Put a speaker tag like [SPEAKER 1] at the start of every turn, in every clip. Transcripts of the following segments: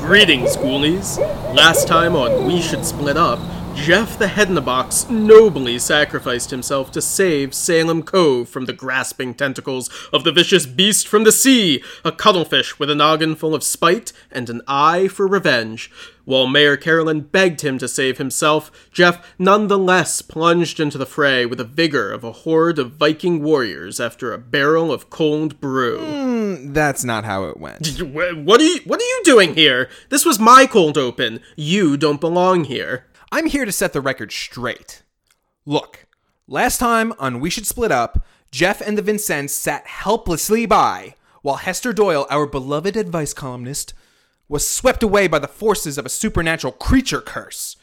[SPEAKER 1] Greetings, ghoulies. Last time on We Should Split Up, Jeff the Head in the Box nobly sacrificed himself to save Salem Cove from the grasping tentacles of the vicious beast from the sea, a cuttlefish with a noggin full of spite and an eye for revenge. While Mayor Carolyn begged him to save himself, Jeff nonetheless plunged into the fray with the vigor of a horde of Viking warriors after a barrel of cold brew.
[SPEAKER 2] That's not how it went.
[SPEAKER 1] Wh- What are you What are you doing here? This was my cold open. You don't belong here.
[SPEAKER 2] I'm here to set the record straight. Look, last time on We Should Split Up, Jeff and the Vincennes sat helplessly by while Hester Doyle, our beloved advice columnist, was swept away by the forces of a supernatural creature curse.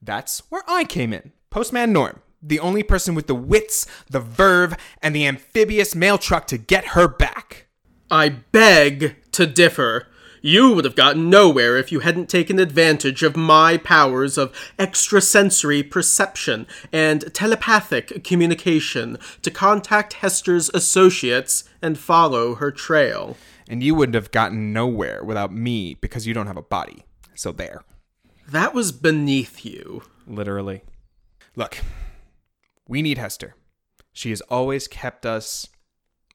[SPEAKER 2] That's where I came in, Postman Norm, the only person with the wits, the verve, and the amphibious mail truck to get her back.
[SPEAKER 1] I beg to differ. You would have gotten nowhere if you hadn't taken advantage of my powers of extrasensory perception and telepathic communication to contact Hester's associates and follow her trail.
[SPEAKER 2] And you wouldn't have gotten nowhere without me because you don't have a body. So there.
[SPEAKER 1] That was beneath you.
[SPEAKER 2] Literally. Look, we need Hester. She has always kept us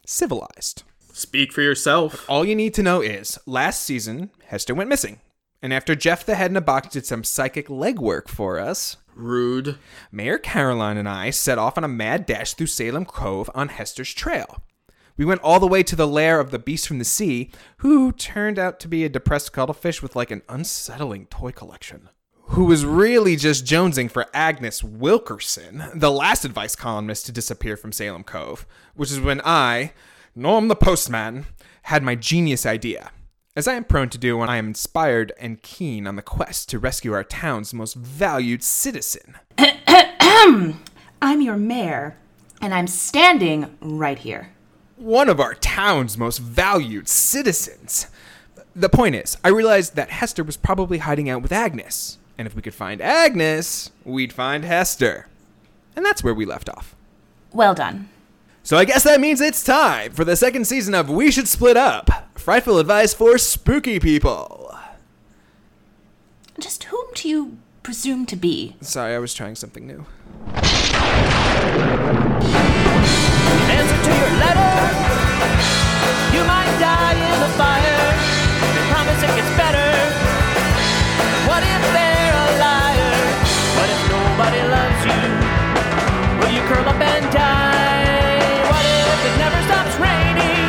[SPEAKER 2] civilized.
[SPEAKER 1] Speak for yourself.
[SPEAKER 2] All you need to know is last season, Hester went missing. And after Jeff the Head in a Box did some psychic legwork for us,
[SPEAKER 1] Rude.
[SPEAKER 2] Mayor Caroline and I set off on a mad dash through Salem Cove on Hester's trail. We went all the way to the lair of the beast from the sea, who turned out to be a depressed cuttlefish with like an unsettling toy collection. Who was really just jonesing for Agnes Wilkerson, the last advice columnist to disappear from Salem Cove, which is when I, Norm the Postman, had my genius idea. As I am prone to do when I am inspired and keen on the quest to rescue our town's most valued citizen.
[SPEAKER 3] I'm your mayor, and I'm standing right here.
[SPEAKER 2] one of our town's most valued citizens. The point is, I realized that Hester was probably hiding out with Agnes. And if we could find Agnes, we'd find Hester. And that's where we left off.
[SPEAKER 3] Well done.
[SPEAKER 2] So I guess that means it's time for the second season of We Should Split Up Frightful Advice for Spooky People.
[SPEAKER 3] Just whom do you presume to be?
[SPEAKER 2] Sorry, I was trying something new.
[SPEAKER 4] answer to your letter. You might die in the fire. They promise it gets better. What if they're a liar? What if nobody loves you? Will you curl up and die? What if it never stops raining?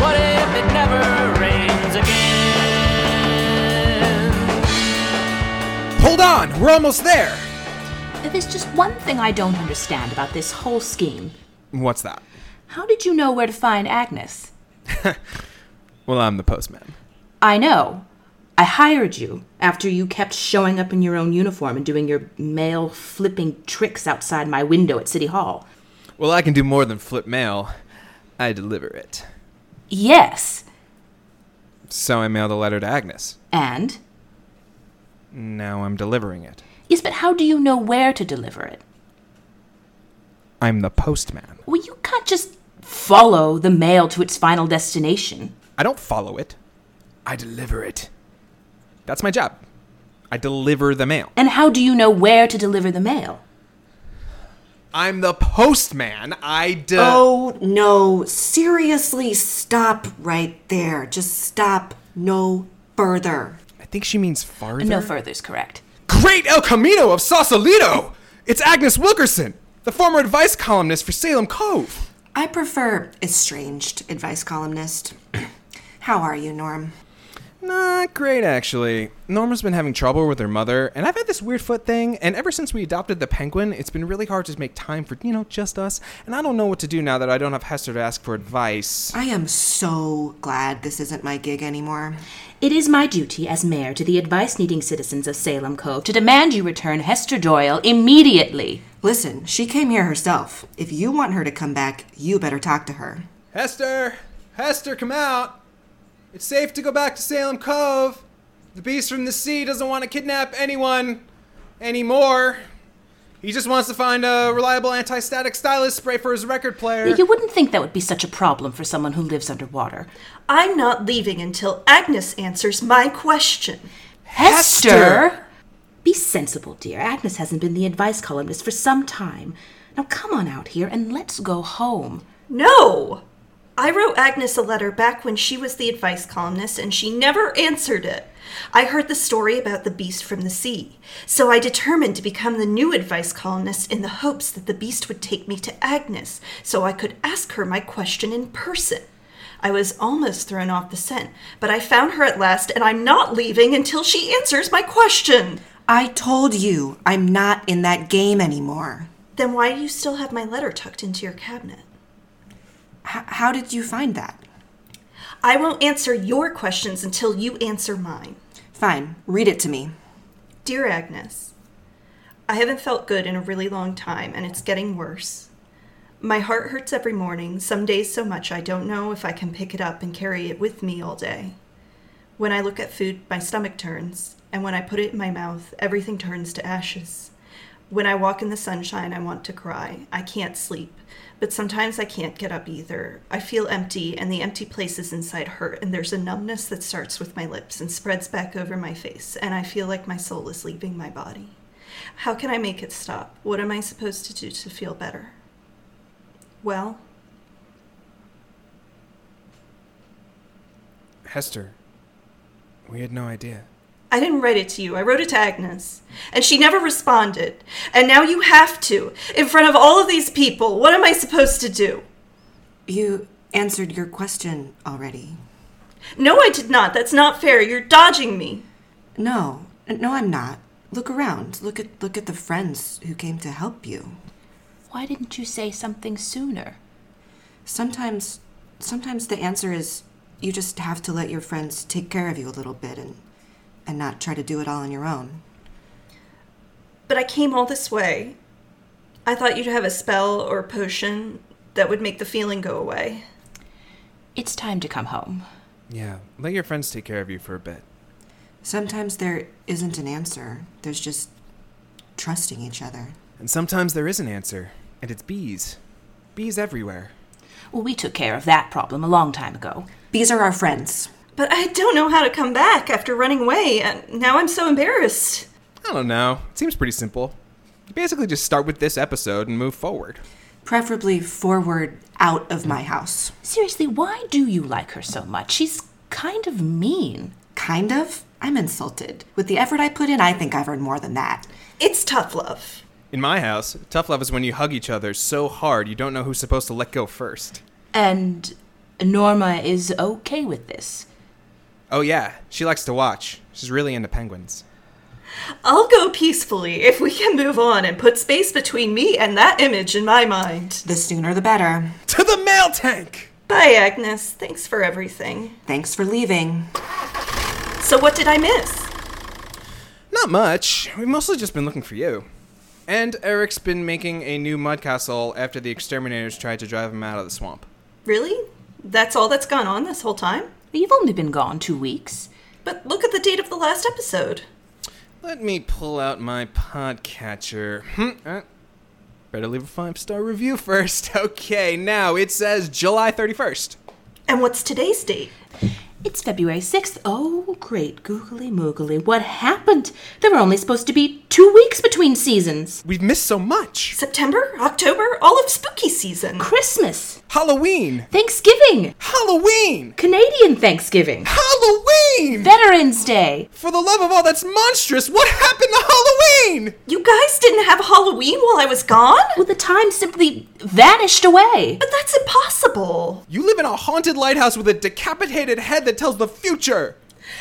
[SPEAKER 4] What if it never rains again?
[SPEAKER 2] Hold on, we're almost there!
[SPEAKER 3] There's just one thing I don't understand about this whole scheme.
[SPEAKER 2] What's that?
[SPEAKER 3] How did you know where to find Agnes?
[SPEAKER 2] Well, I'm the postman.
[SPEAKER 3] I know. I hired you after you kept showing up in your own uniform and doing your mail flipping tricks outside my window at City Hall.
[SPEAKER 2] Well, I can do more than flip mail, I deliver it.
[SPEAKER 3] Yes.
[SPEAKER 2] So I mailed a letter to Agnes.
[SPEAKER 3] And?
[SPEAKER 2] Now I'm delivering it.
[SPEAKER 3] Yes, but how do you know where to deliver it?
[SPEAKER 2] I'm the postman.
[SPEAKER 3] Well, you can't just follow the mail to its final destination.
[SPEAKER 2] I don't follow it. I deliver it. That's my job. I deliver the mail.
[SPEAKER 3] And how do you know where to deliver the mail?
[SPEAKER 2] I'm the postman. I do.
[SPEAKER 5] Oh no, seriously, stop right there. Just stop no further.
[SPEAKER 2] I think she means farther.
[SPEAKER 3] No further's correct.
[SPEAKER 2] Great El Camino of Sausalito! It's Agnes Wilkerson, the former advice columnist for Salem Cove.
[SPEAKER 5] I prefer estranged advice columnist. How are you, Norm?
[SPEAKER 2] Not great, actually. Norma's been having trouble with her mother, and I've had this weird foot thing, and ever since we adopted the penguin, it's been really hard to make time for, you know, just us, and I don't know what to do now that I don't have Hester to ask for advice.
[SPEAKER 5] I am so glad this isn't my gig anymore.
[SPEAKER 3] It is my duty as mayor to the advice needing citizens of Salem Cove to demand you return Hester Doyle immediately.
[SPEAKER 5] Listen, she came here herself. If you want her to come back, you better talk to her.
[SPEAKER 2] Hester! Hester, come out! It's safe to go back to Salem Cove. The beast from the sea doesn't want to kidnap anyone anymore. He just wants to find a reliable anti-static stylus spray for his record player.
[SPEAKER 3] You wouldn't think that would be such a problem for someone who lives underwater.
[SPEAKER 6] I'm not leaving until Agnes answers my question.
[SPEAKER 3] Hester!
[SPEAKER 2] Hester!
[SPEAKER 3] Be sensible, dear. Agnes hasn't been the advice columnist for some time. Now come on out here and let's go home.
[SPEAKER 6] No! I wrote Agnes a letter back when she was the advice columnist and she never answered it. I heard the story about the beast from the sea, so I determined to become the new advice columnist in the hopes that the beast would take me to Agnes so I could ask her my question in person. I was almost thrown off the scent, but I found her at last and I'm not leaving until she answers my question.
[SPEAKER 5] I told you I'm not in that game anymore.
[SPEAKER 6] Then why do you still have my letter tucked into your cabinet?
[SPEAKER 5] H- how did you find that?
[SPEAKER 6] I won't answer your questions until you answer mine.
[SPEAKER 5] Fine, read it to me.
[SPEAKER 6] Dear Agnes, I haven't felt good in a really long time, and it's getting worse. My heart hurts every morning, some days so much I don't know if I can pick it up and carry it with me all day. When I look at food, my stomach turns, and when I put it in my mouth, everything turns to ashes. When I walk in the sunshine, I want to cry. I can't sleep, but sometimes I can't get up either. I feel empty, and the empty places inside hurt, and there's a numbness that starts with my lips and spreads back over my face, and I feel like my soul is leaving my body. How can I make it stop? What am I supposed to do to feel better? Well,
[SPEAKER 2] Hester, we had no idea.
[SPEAKER 6] I didn't write it to you. I wrote it to Agnes. And she never responded. And now you have to, in front of all of these people. What am I supposed to do?
[SPEAKER 5] You answered your question already.
[SPEAKER 6] No, I did not. That's not fair. You're dodging me.
[SPEAKER 5] No, no, I'm not. Look around. Look at look at the friends who came to help you.
[SPEAKER 3] Why didn't you say something sooner?
[SPEAKER 5] Sometimes, sometimes the answer is you just have to let your friends take care of you a little bit and and not try to do it all on your own.
[SPEAKER 6] But I came all this way. I thought you'd have a spell or a potion that would make the feeling go away.
[SPEAKER 3] It's time to come home.
[SPEAKER 2] Yeah, let your friends take care of you for a bit.
[SPEAKER 5] Sometimes there isn't an answer. There's just trusting each other.
[SPEAKER 2] And sometimes there is an answer, and it's bees. Bees everywhere.
[SPEAKER 3] Well, we took care of that problem a long time ago.
[SPEAKER 5] These are our friends.
[SPEAKER 6] But I don't know how to come back after running away, and now I'm so embarrassed.
[SPEAKER 2] I don't know. It seems pretty simple. You basically just start with this episode and move forward.
[SPEAKER 5] Preferably forward out of my house.
[SPEAKER 3] Seriously, why do you like her so much? She's kind of mean.
[SPEAKER 5] Kind of? I'm insulted. With the effort I put in, I think I've earned more than that.
[SPEAKER 6] It's tough love.
[SPEAKER 2] In my house, tough love is when you hug each other so hard you don't know who's supposed to let go first.
[SPEAKER 3] And Norma is okay with this.
[SPEAKER 2] Oh, yeah, she likes to watch. She's really into penguins.
[SPEAKER 6] I'll go peacefully if we can move on and put space between me and that image in my mind.
[SPEAKER 5] The sooner the better.
[SPEAKER 2] To the mail tank!
[SPEAKER 6] Bye, Agnes. Thanks for everything.
[SPEAKER 5] Thanks for leaving.
[SPEAKER 6] So, what did I miss?
[SPEAKER 2] Not much. We've mostly just been looking for you. And Eric's been making a new mud castle after the exterminators tried to drive him out of the swamp.
[SPEAKER 6] Really? That's all that's gone on this whole time?
[SPEAKER 3] You've only been gone two weeks.
[SPEAKER 6] But look at the date of the last episode.
[SPEAKER 2] Let me pull out my podcatcher. Hmm, uh, Better leave a five star review first. Okay, now it says July 31st.
[SPEAKER 6] And what's today's date?
[SPEAKER 3] It's February 6th. Oh, great googly moogly. What happened? There were only supposed to be two weeks between seasons.
[SPEAKER 2] We've missed so much.
[SPEAKER 6] September? October? All of spooky season.
[SPEAKER 3] Christmas,
[SPEAKER 2] Halloween!
[SPEAKER 3] Thanksgiving,
[SPEAKER 2] Halloween!
[SPEAKER 3] Canadian Thanksgiving,
[SPEAKER 2] Halloween!
[SPEAKER 3] Veterans Day.
[SPEAKER 2] For the love of all that's monstrous, what happened to Halloween?
[SPEAKER 6] You guys didn't have Halloween while I was gone?
[SPEAKER 3] Well, the time simply vanished away.
[SPEAKER 6] But that's impossible.
[SPEAKER 2] You live in a haunted lighthouse with a decapitated head that tells the future.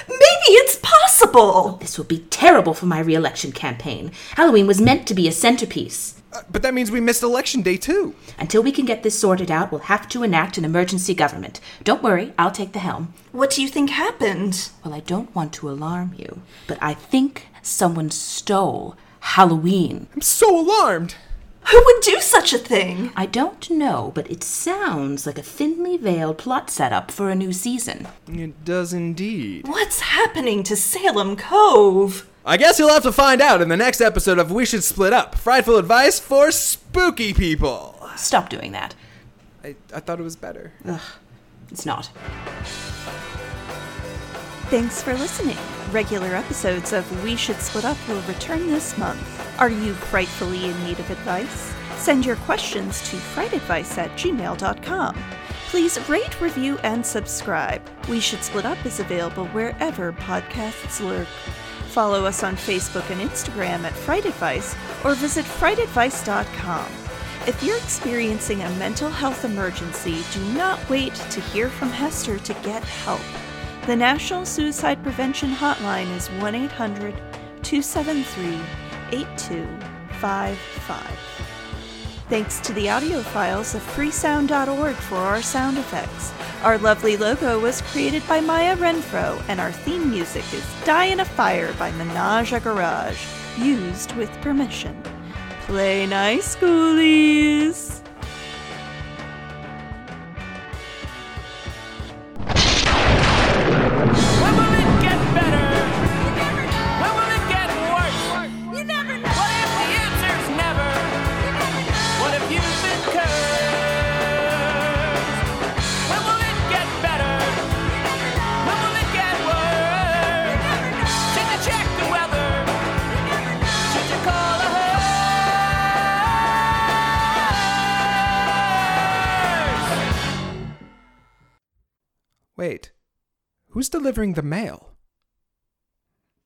[SPEAKER 6] Maybe it's possible.
[SPEAKER 3] This will be terrible for my re election campaign. Halloween was meant to be a centerpiece.
[SPEAKER 2] Uh, but that means we missed election day too.
[SPEAKER 3] Until we can get this sorted out, we'll have to enact an emergency government. Don't worry, I'll take the helm.
[SPEAKER 6] What do you think happened?
[SPEAKER 3] Well, I don't want to alarm you, but I think someone stole Halloween.
[SPEAKER 2] I'm so alarmed.
[SPEAKER 6] Who would do such a thing?
[SPEAKER 3] I don't know, but it sounds like a thinly veiled plot setup for a new season.
[SPEAKER 2] It does indeed.
[SPEAKER 6] What's happening to Salem Cove?
[SPEAKER 2] I guess you'll have to find out in the next episode of We Should Split Up Frightful Advice for Spooky People.
[SPEAKER 3] Stop doing that.
[SPEAKER 2] I, I thought it was better.
[SPEAKER 3] It's not.
[SPEAKER 7] Thanks for listening. Regular episodes of We Should Split Up will return this month. Are you frightfully in need of advice? Send your questions to frightadvice at gmail.com. Please rate, review, and subscribe. We Should Split Up is available wherever podcasts lurk. Follow us on Facebook and Instagram at Fright Advice or visit frightadvice.com. If you're experiencing a mental health emergency, do not wait to hear from Hester to get help. The National Suicide Prevention Hotline is 1 800 273 8255. Thanks to the audio files of freesound.org for our sound effects. Our lovely logo was created by Maya Renfro, and our theme music is Die in a Fire by Menage a Garage, used with permission. Play nice, schoolies!
[SPEAKER 4] When will it get better? When will it get worse? What if the answer's never? What if you've been cursed? When will it get better? When will it get worse? Should you check the weather? Should you call a hearse?
[SPEAKER 2] Wait, who's delivering the mail?